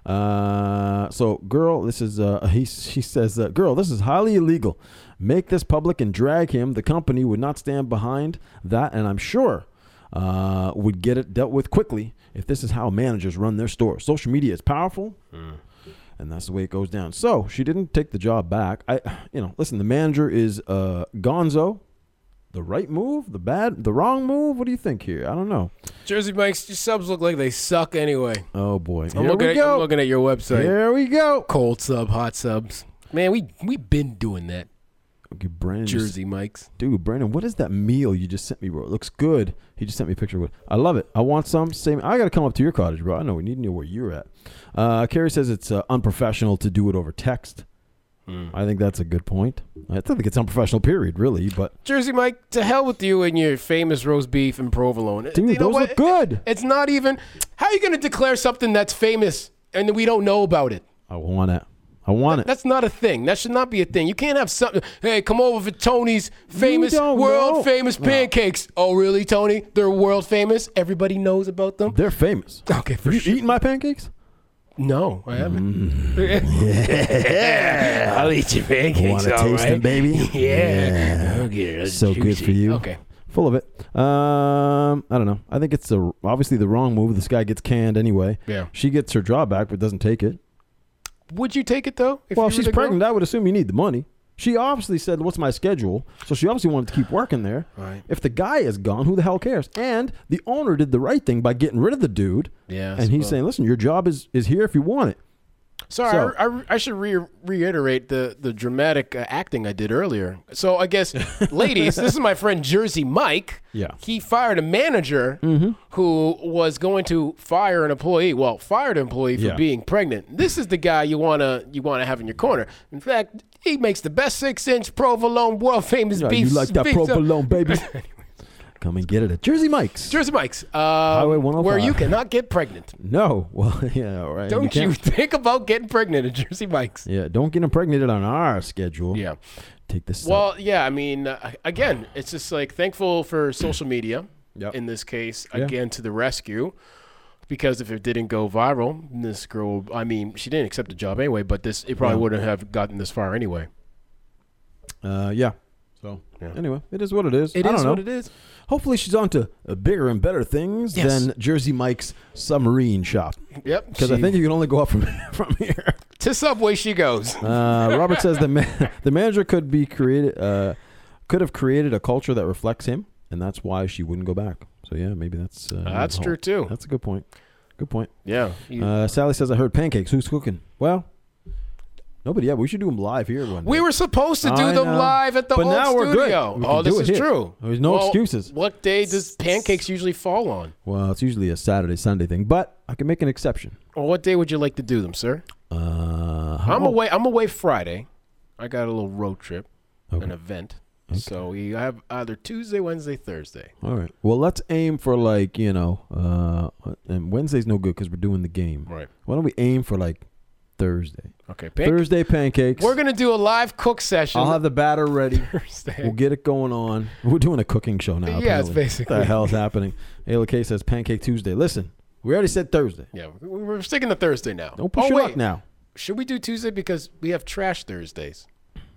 B: Uh, so, girl, this is uh, he. She says, uh, "Girl, this is highly illegal. Make this public and drag him. The company would not stand behind that, and I'm sure uh, would get it dealt with quickly if this is how managers run their stores. Social media is powerful."
A: Mm.
B: And that's the way it goes down. So she didn't take the job back. I, you know, listen. The manager is uh, Gonzo. The right move, the bad, the wrong move. What do you think here? I don't know.
A: Jersey Mike's your subs look like they suck anyway.
B: Oh boy,
A: I'm,
B: here
A: looking
B: we
A: at, I'm
B: go.
A: looking at your website.
B: Here we go.
A: Cold sub, hot subs. Man, we we been doing that.
B: Okay, Brandon, just-
A: Jersey Mike's.
B: dude, Brandon, what is that meal you just sent me, bro? It looks good. He just sent me a picture of it. I love it. I want some. Same. I gotta come up to your cottage, bro. I know we need to know where you're at. Uh, Carrie says it's uh, unprofessional to do it over text.
A: Hmm.
B: I think that's a good point. I think it's unprofessional, period, really. But
A: Jersey Mike, to hell with you and your famous roast beef and provolone.
B: dude,
A: You know
B: those
A: what?
B: look good.
A: It's not even. How are you going to declare something that's famous and we don't know about it?
B: I want it. I want it.
A: That's not a thing. That should not be a thing. You can't have something. Hey, come over for Tony's famous,
B: don't
A: world
B: know.
A: famous
B: No.
A: pancakes. Oh, really, Tony? They're world famous. Everybody knows about them.
B: They're famous.
A: Okay, for
B: Are you
A: sure.
B: eating my pancakes?
A: No, I haven't.
B: Mm.
A: I'll eat your pancakes.
B: Wanna taste them, baby? Yeah.
A: Okay,
B: so good for you.
A: Okay.
B: Full of it. Um, I don't know. I think it's a, obviously the wrong move. This guy gets canned anyway.
A: Yeah.
B: She gets her draw back, but doesn't take it.
A: Would you take it though? If you
B: well, if
A: were
B: she's
A: the girl?
B: pregnant, I would assume you need the money. She obviously said, "What's my schedule?" So she obviously wanted to keep working there.
A: Right.
B: If the guy is gone, who the hell cares? And the owner did the right thing by getting rid of the dude.
A: Yeah, I
B: And he's
A: suppose.
B: saying, "Listen, your job is is here if you want it."
A: Sorry,
B: So-
A: I, I, I should re- reiterate the the dramatic uh, acting I did earlier. So I guess, ladies, this is my friend Jersey Mike.
B: Yeah. Mm-hmm.
A: he fired a manager who was going to fire an employee. Well, fired an employee for
B: Yeah.
A: being pregnant. This is the guy you wanna you wanna have in your corner. In fact, he makes the best six inch provolone, world famous
B: Yeah,
A: beef.
B: you like that
A: beef-
B: provolone, baby? Come and get it at Jersey Mike's.
A: Jersey Mike's, uh,
B: Highway
A: where you
B: 105.
A: cannot get pregnant.
B: no. Well, yeah, all right.
A: Don't you,
B: can't-
A: think about getting pregnant at Jersey Mike's?
B: Yeah, don't get impregnated on our schedule.
A: yeah.
B: Take this.
A: Well, yeah, I mean, uh, again, it's just like thankful for social media
B: Yep.
A: in this case,
B: Yeah.
A: again, to the rescue. Because if it didn't go viral, this girl, I mean, she didn't accept the job anyway, but this, it probably
B: Yeah.
A: wouldn't have gotten this far anyway.
B: Uh, yeah. So
A: Yeah.
B: anyway, it is what it is.
A: It is
B: I don't know.
A: what it is.
B: Hopefully, she's on to uh, bigger and better things
A: Yes.
B: than Jersey Mike's submarine shop.
A: Yep.
B: Because I
A: she-
B: think you can only go up from from here.
A: to Subway she goes.
B: Uh, Robert says the man, the manager could be created uh, could have created a culture that reflects him, and that's why she wouldn't go back. So yeah, maybe that's uh,
A: that's
B: the
A: true
B: whole-
A: too.
B: That's a good point. Good point.
A: Yeah. You-
B: Uh, Sally says I heard pancakes. Who's cooking? Well, nobody. Yeah, we should do them live here one.
A: we
B: day.
A: were supposed to do
B: I
A: them
B: know.
A: live at the
B: But
A: old
B: now we're good.
A: studio.
B: We
A: oh,
B: can do
A: this
B: it
A: is
B: here.
A: true.
B: There's no
A: Well,
B: excuses.
A: What day does pancakes usually fall on?
B: Well, it's usually a Saturday Sunday thing, but I can make an exception.
A: Or what day would you like to do them, sir?
B: Uh, how-
A: I'm away. I'm away Friday. I got a little road trip, an
B: Okay.
A: event. So we have either Tuesday, Wednesday, Thursday.
B: All right. Well, let's aim for like you know, uh, and Wednesday's no good because we're doing the game.
A: Right.
B: Why don't we aim for like Thursday?
A: Okay. Pan-
B: Thursday pancakes.
A: We're gonna do a live cook session.
B: I'll have the batter ready.
A: Thursday.
B: We'll get it going on. We're doing a cooking show now.
A: Yeah, it's
B: apparently.
A: basically-
B: what the hell's happening. Ayla K says Pancake Tuesday. Listen, we already said Thursday.
A: yeah, we- we're sticking to Thursday now.
B: Don't push
A: oh,
B: it
A: wait.
B: up now.
A: Should we do Tuesday because we have trash Thursdays?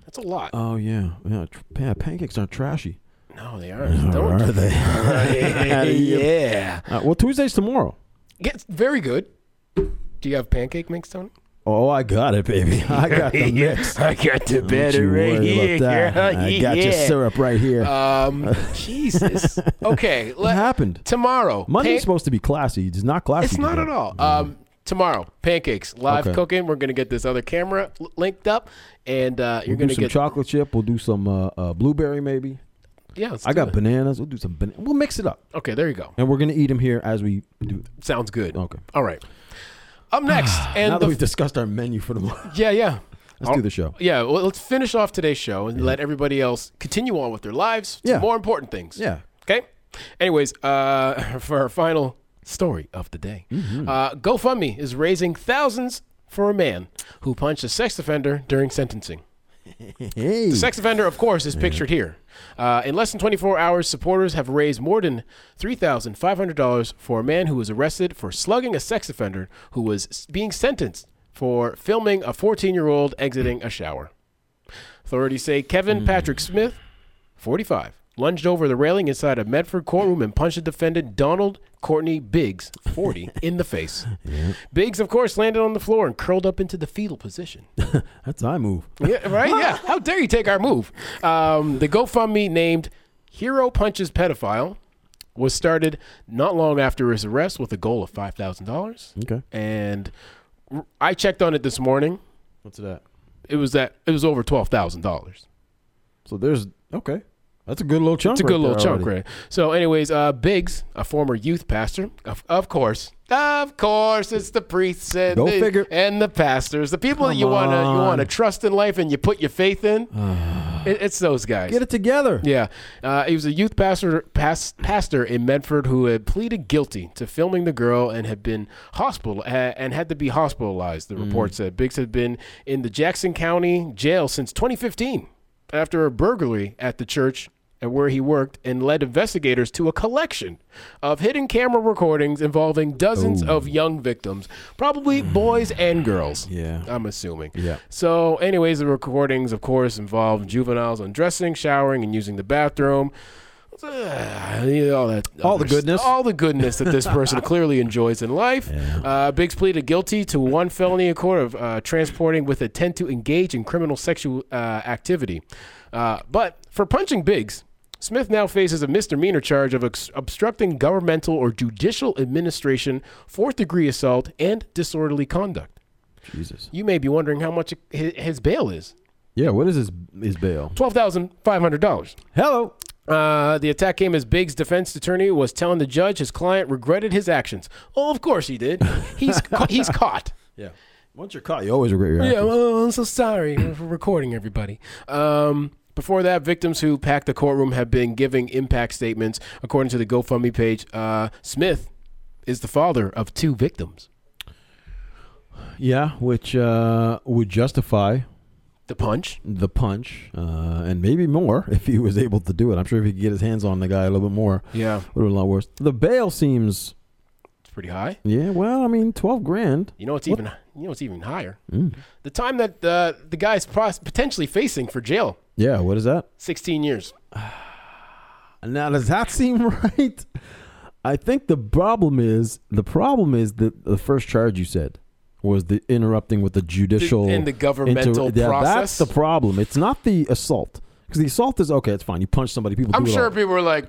A: That's a lot.
B: Oh yeah, yeah. Tr- yeah pancakes aren't trashy.
A: no, they aren't. Don't.
B: Are they?
A: yeah.
B: Uh, well, Tuesday's tomorrow.
A: Gets very good. Do you have pancake mix, Tony?
B: Oh, I got it, baby. I got the mix.
A: I got the
B: Don't you
A: batter right
B: worry
A: here,
B: about that.
A: girl.
B: I got your
A: Yeah.
B: syrup right here.
A: Um, Jesus. Okay.
B: what
A: Let,
B: happened?
A: tomorrow.
B: Monday's
A: pan-
B: supposed to be classy. It's not classy.
A: it's not
B: today.
A: at all. Um, tomorrow, pancakes, live
B: Okay.
A: cooking. We're gonna get this other camera l- linked up, and uh, you're
B: We'll do
A: gonna
B: some
A: get
B: chocolate chip. We'll do some uh, uh, blueberry, maybe.
A: yeah. let's
B: I
A: do
B: got
A: it.
B: bananas. We'll do some bananas. We'll mix it up,
A: Okay, there you go.
B: and we're gonna eat them here as we do.
A: Sounds good.
B: Okay.
A: All right. Up next,
B: now
A: and
B: that
A: the,
B: we've discussed our menu for the month,
A: yeah, yeah.
B: let's
A: All-
B: do the show.
A: Yeah, well, let's finish off today's show and let everybody else continue on with their lives to
B: Yeah.
A: more important things.
B: Yeah.
A: Okay. Anyways, uh, for our final story of the day,
B: Mm-hmm.
A: uh, GoFundMe is raising thousands for a man who punched a sex offender during sentencing.
B: Hey.
A: The sex offender, of course, is pictured here. Uh, in less than 24 hours, supporters have raised more than $3,500 for a man who was arrested for slugging a sex offender who was s- being sentenced for filming a 14 year old exiting a shower. Authorities say Kevin Patrick Smith, 45, lunged over the railing inside a Medford courtroom and punched the defendant Donald Courtney Biggs, 40, in the face. Biggs, of course, landed on the floor and curled up into the fetal position.
B: That's I move.
A: Yeah, right? Yeah. How dare you take our move? Um, the GoFundMe named Hero Punches Pedophile was started not long after his arrest with a goal of $5,000.
B: Okay.
A: And r- I checked on it this morning.
B: What's that?
A: It was that it was over $12,000.
B: So there's okay. That's a good little chunk.
A: It's a good little chunk, right? So, anyways, uh, Biggs, a former youth pastor, of, of course, of course, it's the priests and,
B: Go
A: the,
B: figure.
A: and the pastors, the people that
B: Come
A: you wanna you
B: on.
A: wanna trust in life and you put your faith in. It- it's those guys.
B: Get it together.
A: Yeah, uh, he was a youth pastor pas- pastor in Medford who had pleaded guilty to filming the girl and had been hospital ha- and had to be hospitalized.
B: Mm.
A: The report said Biggs had been in the Jackson County Jail since 2015 after a burglary at the church and where he worked and led investigators to a collection of hidden camera recordings involving dozens of young victims, probably boys and girls.
B: Yeah.
A: I'm assuming.
B: Yeah.
A: So, anyways, the recordings, of course, involved juveniles undressing, showering, and using the bathroom. Ugh, all that,
B: All the goodness.
A: all the goodness that this person clearly enjoys in life. Uh, Biggs pleaded guilty to one felony in court of uh, transporting with intent to engage in criminal sexual uh, activity. Uh, but for punching Biggs, Smith now faces a misdemeanor charge of obst- obstructing governmental or judicial administration, fourth degree assault, and disorderly conduct.
B: Jesus.
A: You may be wondering how much hi- his bail is
B: Yeah. What is his his bail?
A: twelve thousand five hundred dollars.
B: Hello.
A: Uh, the attack came as Biggs' defense attorney was telling the judge his client regretted his actions. Oh, of course he did. He's ca- he's caught.
B: Yeah. Once you're caught, you always regret your
A: Yeah,
B: actions.
A: well, I'm so sorry for recording everybody. Um, before that, victims who packed the courtroom have been giving impact statements. According to the GoFundMe page, uh, Smith is the father of two victims.
B: Yeah, which uh, would justify
A: The punch.
B: the punch uh, and maybe more if he was able to do it. I'm sure if he could get his hands on the guy a little bit more,
A: Yeah,
B: it would have been a lot worse. The bail seems,
A: it's pretty high.
B: yeah, well, I mean, 12 grand.
A: You know it's even you know it's even higher.
B: Mm.
A: The time that uh, the guy's pos- potentially facing for jail,
B: Yeah, what is that?
A: 16 years.
B: Now, does that seem right? I think the problem is the problem is that the first charge you said was the interrupting with the judicial
A: in the governmental
B: inter- yeah,
A: process.
B: That's the problem. It's not the assault because the assault is okay. It's fine. You punch somebody. People.
A: I'm
B: do it all
A: sure people were like,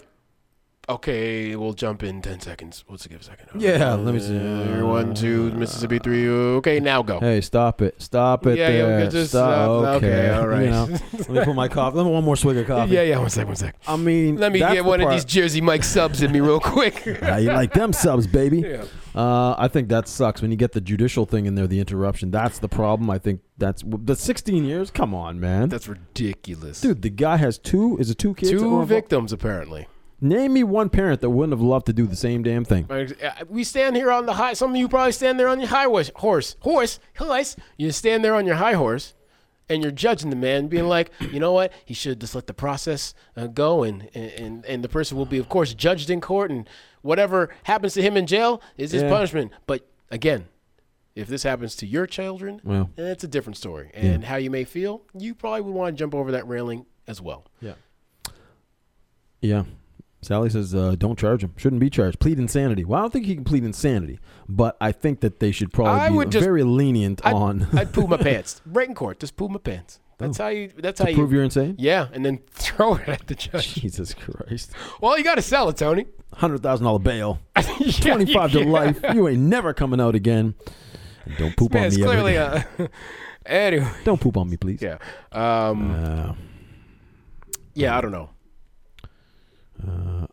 A: "Okay, we'll jump in 10 seconds. What's us give a second.
B: Yeah, let me see.
A: Uh, one, two, Mississippi, three. Okay, now go.
B: Hey, stop it! Stop it!
A: Yeah, you'll
B: there.
A: get this
B: stop.
A: stuff.
B: Okay,
A: uh, Okay, all
B: You
A: right.
B: know, let me put my coffee. Let me one more swig of coffee.
A: yeah, yeah. One sec, one sec.
B: I mean,
A: Let me
B: that's
A: get
B: the
A: one of
B: part-
A: these Jersey Mike subs in me real quick.
B: How you like them subs, baby?
A: Yeah.
B: Uh, I think that sucks when you get the judicial thing in there, the interruption. That's the problem. I think that's the 16 years. Come on, man.
A: That's ridiculous.
B: Dude, the guy has two. Is it two kids?
A: two
B: or-
A: victims apparently.
B: Name me one parent that wouldn't have loved to do the same damn thing.
A: Uh, We stand here on the high. Some of you probably stand there on your high horse, horse, horse, horse. You stand there on your high horse, and you're judging the man, being like, you know what? He should just let the process uh, go, and, and and the person will be, of course, judged in court, and whatever happens to him in jail is his
B: Yeah.
A: punishment. But again, if this happens to your children,
B: Well.
A: then it's a different story. And how you may feel, you probably would want to jump over that railing as well.
B: Yeah. Sally says, uh, "Don't charge him. Shouldn't be charged. Plead insanity." Well, I don't think he can plead insanity, but I think that they should probably
A: I
B: be
A: would just-
B: very lenient
A: I'd,
B: on
A: I'd poo my pants right in court. Just poo my pants. That's how you. That's how
B: Oh. to
A: you.
B: prove you're insane.
A: yeah, and then throw it at the judge.
B: Jesus Christ,
A: Well, you got to sell it, Tony.
B: hundred thousand dollar bail,
A: Yeah, you
B: twenty five to
A: can't.
B: life. You ain't never coming out again. And don't poop
A: Man,
B: on
A: it's
B: me. ever
A: clearly
B: again.
A: a. anyway,
B: Don't poop on me, please.
A: yeah, um,
B: Uh,
A: yeah. I don't know.
B: Uh,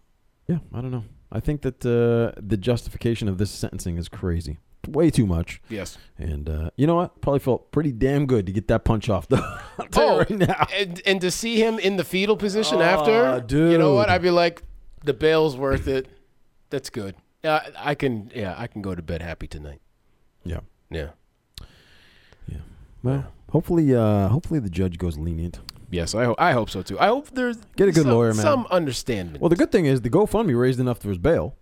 B: yeah, I don't know. I think that uh, the justification of this sentencing is crazy. Way too much.
A: Yes.
B: And uh, you know what? Probably felt pretty damn good to get that punch off, though. I'll tell you
A: Oh,
B: right now.
A: and and to see him in the fetal position
B: Aw,
A: after, you know what?
B: dude.
A: I'd be like, the bail's worth it. That's good. Uh, I can, yeah, I can go to bed happy tonight.
B: Yeah.
A: Yeah.
B: Well, hopefully, uh, hopefully the judge goes lenient.
A: Yes, I hope. I hope so too. I hope there's
B: Get a good
A: some,
B: lawyer, man.
A: Some understanding.
B: Well, the good thing is the GoFundMe raised enough for his bail.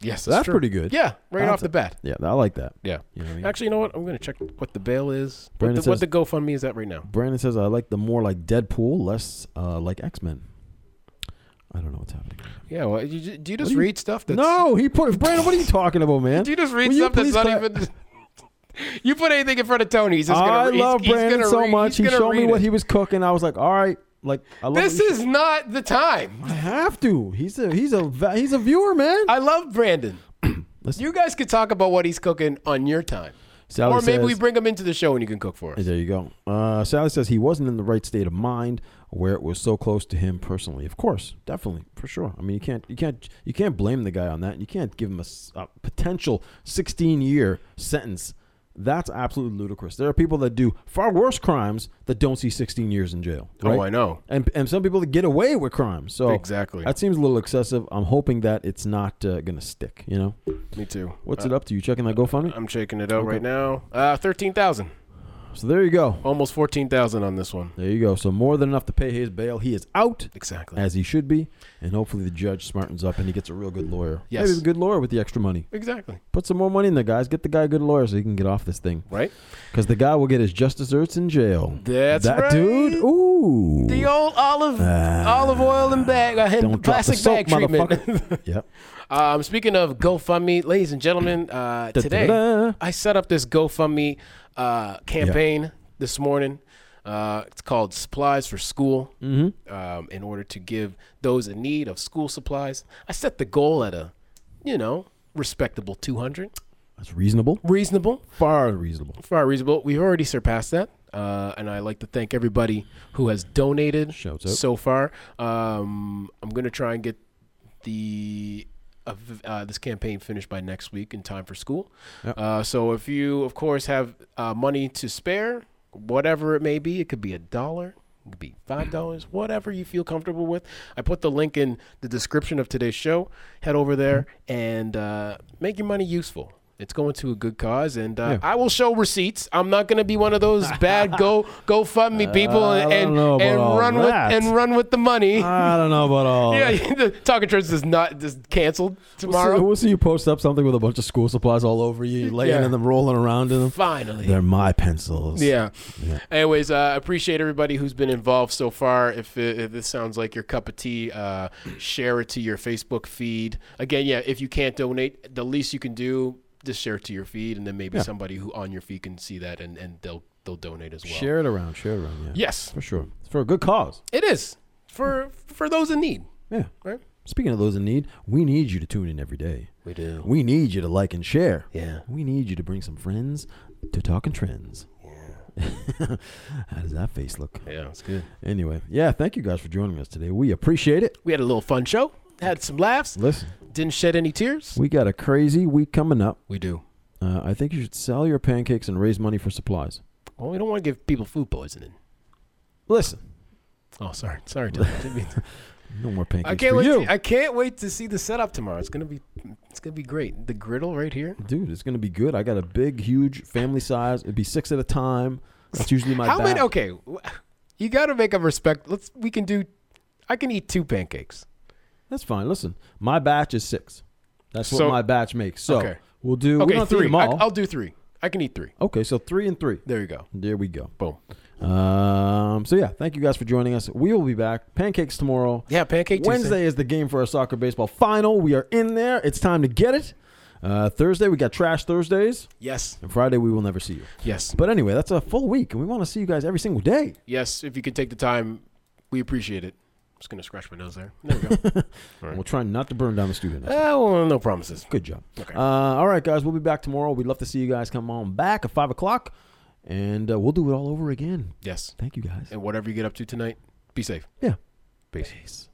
A: yes,
B: So that's
A: true.
B: pretty good.
A: Yeah, right
B: That's
A: off the bat.
B: Yeah, I like that.
A: Yeah.
B: You know what I mean?
A: Actually, you know what? I'm gonna check what the bail is. What
B: Brandon
A: the, what
B: says-
A: the GoFundMe is at right now.
B: Brandon says I like the more like Deadpool, less uh, like X Men. I don't know what's happening.
A: Yeah. Well, you, ju- do you just
B: do you-
A: read stuff that's
B: no, he put Brandon. What are you talking about, man?
A: Do you just read
B: Will you
A: stuff that's
B: please
A: not
B: cla-
A: even? you put anything in front of Tony, he's just gonna.
B: I
A: he's-
B: love
A: he's
B: Brandon
A: gonna
B: so
A: read- he's
B: much. He
A: gonna
B: showed me
A: read
B: what
A: it.
B: he was cooking. I was like, all right, like I love.
A: This
B: what you-
A: is not the time.
B: I have to. He's a he's a va- he's a viewer, man.
A: I love Brandon.
B: Listen.
A: you guys could talk about what he's cooking on your time,
B: Sally
A: or maybe
B: says-
A: we bring him into the show and he can cook for us.
B: there you go. Uh, Sally says he wasn't in the right state of mind where it was so close to him personally. Of course, definitely, for sure. I mean, you can't you can't you can't blame the guy on that. You can't give him a, s- a potential 16 year sentence. That's absolutely ludicrous. There are people that do far worse crimes that don't see 16 years in jail. right?
A: Oh, I know.
B: and and some people that get away with crimes. So
A: Exactly.
B: that seems a little excessive. I'm hoping that it's not uh, gonna stick. You know,
A: Me too. Uh,
B: what's it up to you checking that GoFundMe?
A: I'm shaking it out right now. Uh, thirteen thousand,
B: So there you go,
A: almost fourteen thousand on this one.
B: there you go. So more than enough to pay his bail. He is out
A: Exactly.
B: as he should be, and hopefully the judge smartens up and he gets a real good lawyer.
A: Yes.
B: maybe a good lawyer with the extra money.
A: exactly.
B: Put some more money in there, guys. Get the guy a good lawyer so he can get off this thing.
A: Right.
B: Because the guy will get his just desserts in jail.
A: That's
B: that
A: right.
B: dude. Ooh.
A: The old olive,
B: Ah.
A: olive oil and bag, uh,
B: Don't
A: and
B: drop the
A: plastic
B: soap,
A: bag treatment.
B: motherfucker. yep.
A: Um, speaking of GoFundMe, ladies and gentlemen, uh,
B: Da-da-da.
A: today I set up this GoFundMe uh, campaign this morning. Uh, it's called Supplies for School
B: Mm-hmm.
A: um, in order to give those in need of school supplies. I set the goal at a, you know, respectable 200.
B: That's reasonable.
A: Reasonable
B: Far reasonable.
A: far reasonable. We've already surpassed that. Uh, and I like to thank everybody who has donated
B: Shouts out.
A: so far. Um, I'm gonna try and get the uh, uh, this campaign finished by next week in time for school.
B: Yep.
A: Uh, so if you, of course, have uh, money to spare, whatever it may be, it could be a dollar, it could be five dollars, whatever you feel comfortable with. I put the link in the description of today's show. Head over there
B: Mm-hmm.
A: and uh, make your money useful. It's going to a good cause, and uh, I will show receipts. I'm not going to be one of those bad go GoFundMe people
B: Uh, I
A: and and,
B: don't know about
A: and
B: all
A: run
B: that.
A: with and run with the money.
B: I don't know about all.
A: yeah, the talking church is not just canceled tomorrow.
B: oh. We'll see, we'll see you post up something with a bunch of school supplies all over you, laying
A: Yeah.
B: in them, rolling around in them.
A: Finally,
B: They're my pencils.
A: Yeah.
B: Yeah.
A: Anyways, uh, I appreciate everybody who's been involved so far. If, it, if this sounds like your cup of tea, uh, share it to your Facebook feed. Again, yeah, if you can't donate, the least you can do just share it to your feed, and then maybe
B: Yeah.
A: somebody who on your feed can see that and, and they'll they'll donate as well.
B: Share it around. Share it around. Yeah.
A: Yes,
B: For sure. It's for a good cause.
A: it is for for those in need.
B: Yeah.
A: Right.
B: Speaking of those in need, we need you to tune in every day.
A: We do.
B: We need you to like and share.
A: Yeah.
B: We need you to bring some friends to talking trends. Yeah. How does that face look?
A: Yeah, it's good.
B: Anyway, yeah, thank you guys for joining us today. We appreciate it.
A: We had a little fun show. Had some laughs.
B: Listen,
A: Didn't shed any tears.
B: we got a crazy week coming up.
A: We do.
B: Uh, I think you should sell your pancakes and raise money for supplies.
A: Well, we don't want to give people food poisoning.
B: Listen,
A: Oh, sorry, sorry, Dylan. I didn't mean to-
B: no more pancakes
A: I can't
B: for
A: wait.
B: you.
A: To, I can't wait to see the setup tomorrow. It's gonna be, it's gonna be great. The griddle right here.
B: Dude, it's gonna be good. I got a big, huge family size. It'd be six at a time. That's usually my.
A: How
B: bag.
A: many? Okay, w- you gotta make a respect. Let's. We can do. I can eat two pancakes.
B: That's fine. Listen, my batch is six. That's what
A: So-
B: my batch makes. So
A: Okay.
B: we'll do. we
A: okay,
B: don't have to
A: three.
B: do them all.
A: I, will do three. I can eat three.
B: okay, so three and three.
A: There you go.
B: There we go.
A: Boom.
B: Um, so yeah, thank you guys for joining us. We will be back. Pancakes tomorrow.
A: Yeah, Pancake Tuesday.
B: Wednesday is the game for our soccer baseball final. We are in there. It's time to get it. Uh, Thursday we got Trash Thursdays,
A: Yes.
B: and Friday we will never see you.
A: Yes.
B: But anyway, that's a full week, and we want to see you guys every single day.
A: Yes. If you could take the time, we appreciate it. I'm just going to scratch my nose there. There we go.
B: And we'll try not to burn down the studio. next
A: uh, well, no promises.
B: Good job.
A: Okay.
B: Uh, all right, guys, we'll be back tomorrow. We'd love to see you guys come on back at five o'clock, and uh, we'll do it all over again.
A: yes.
B: Thank you guys.
A: And whatever you get up to tonight, be safe.
B: Yeah.
A: Peace.
B: Peace.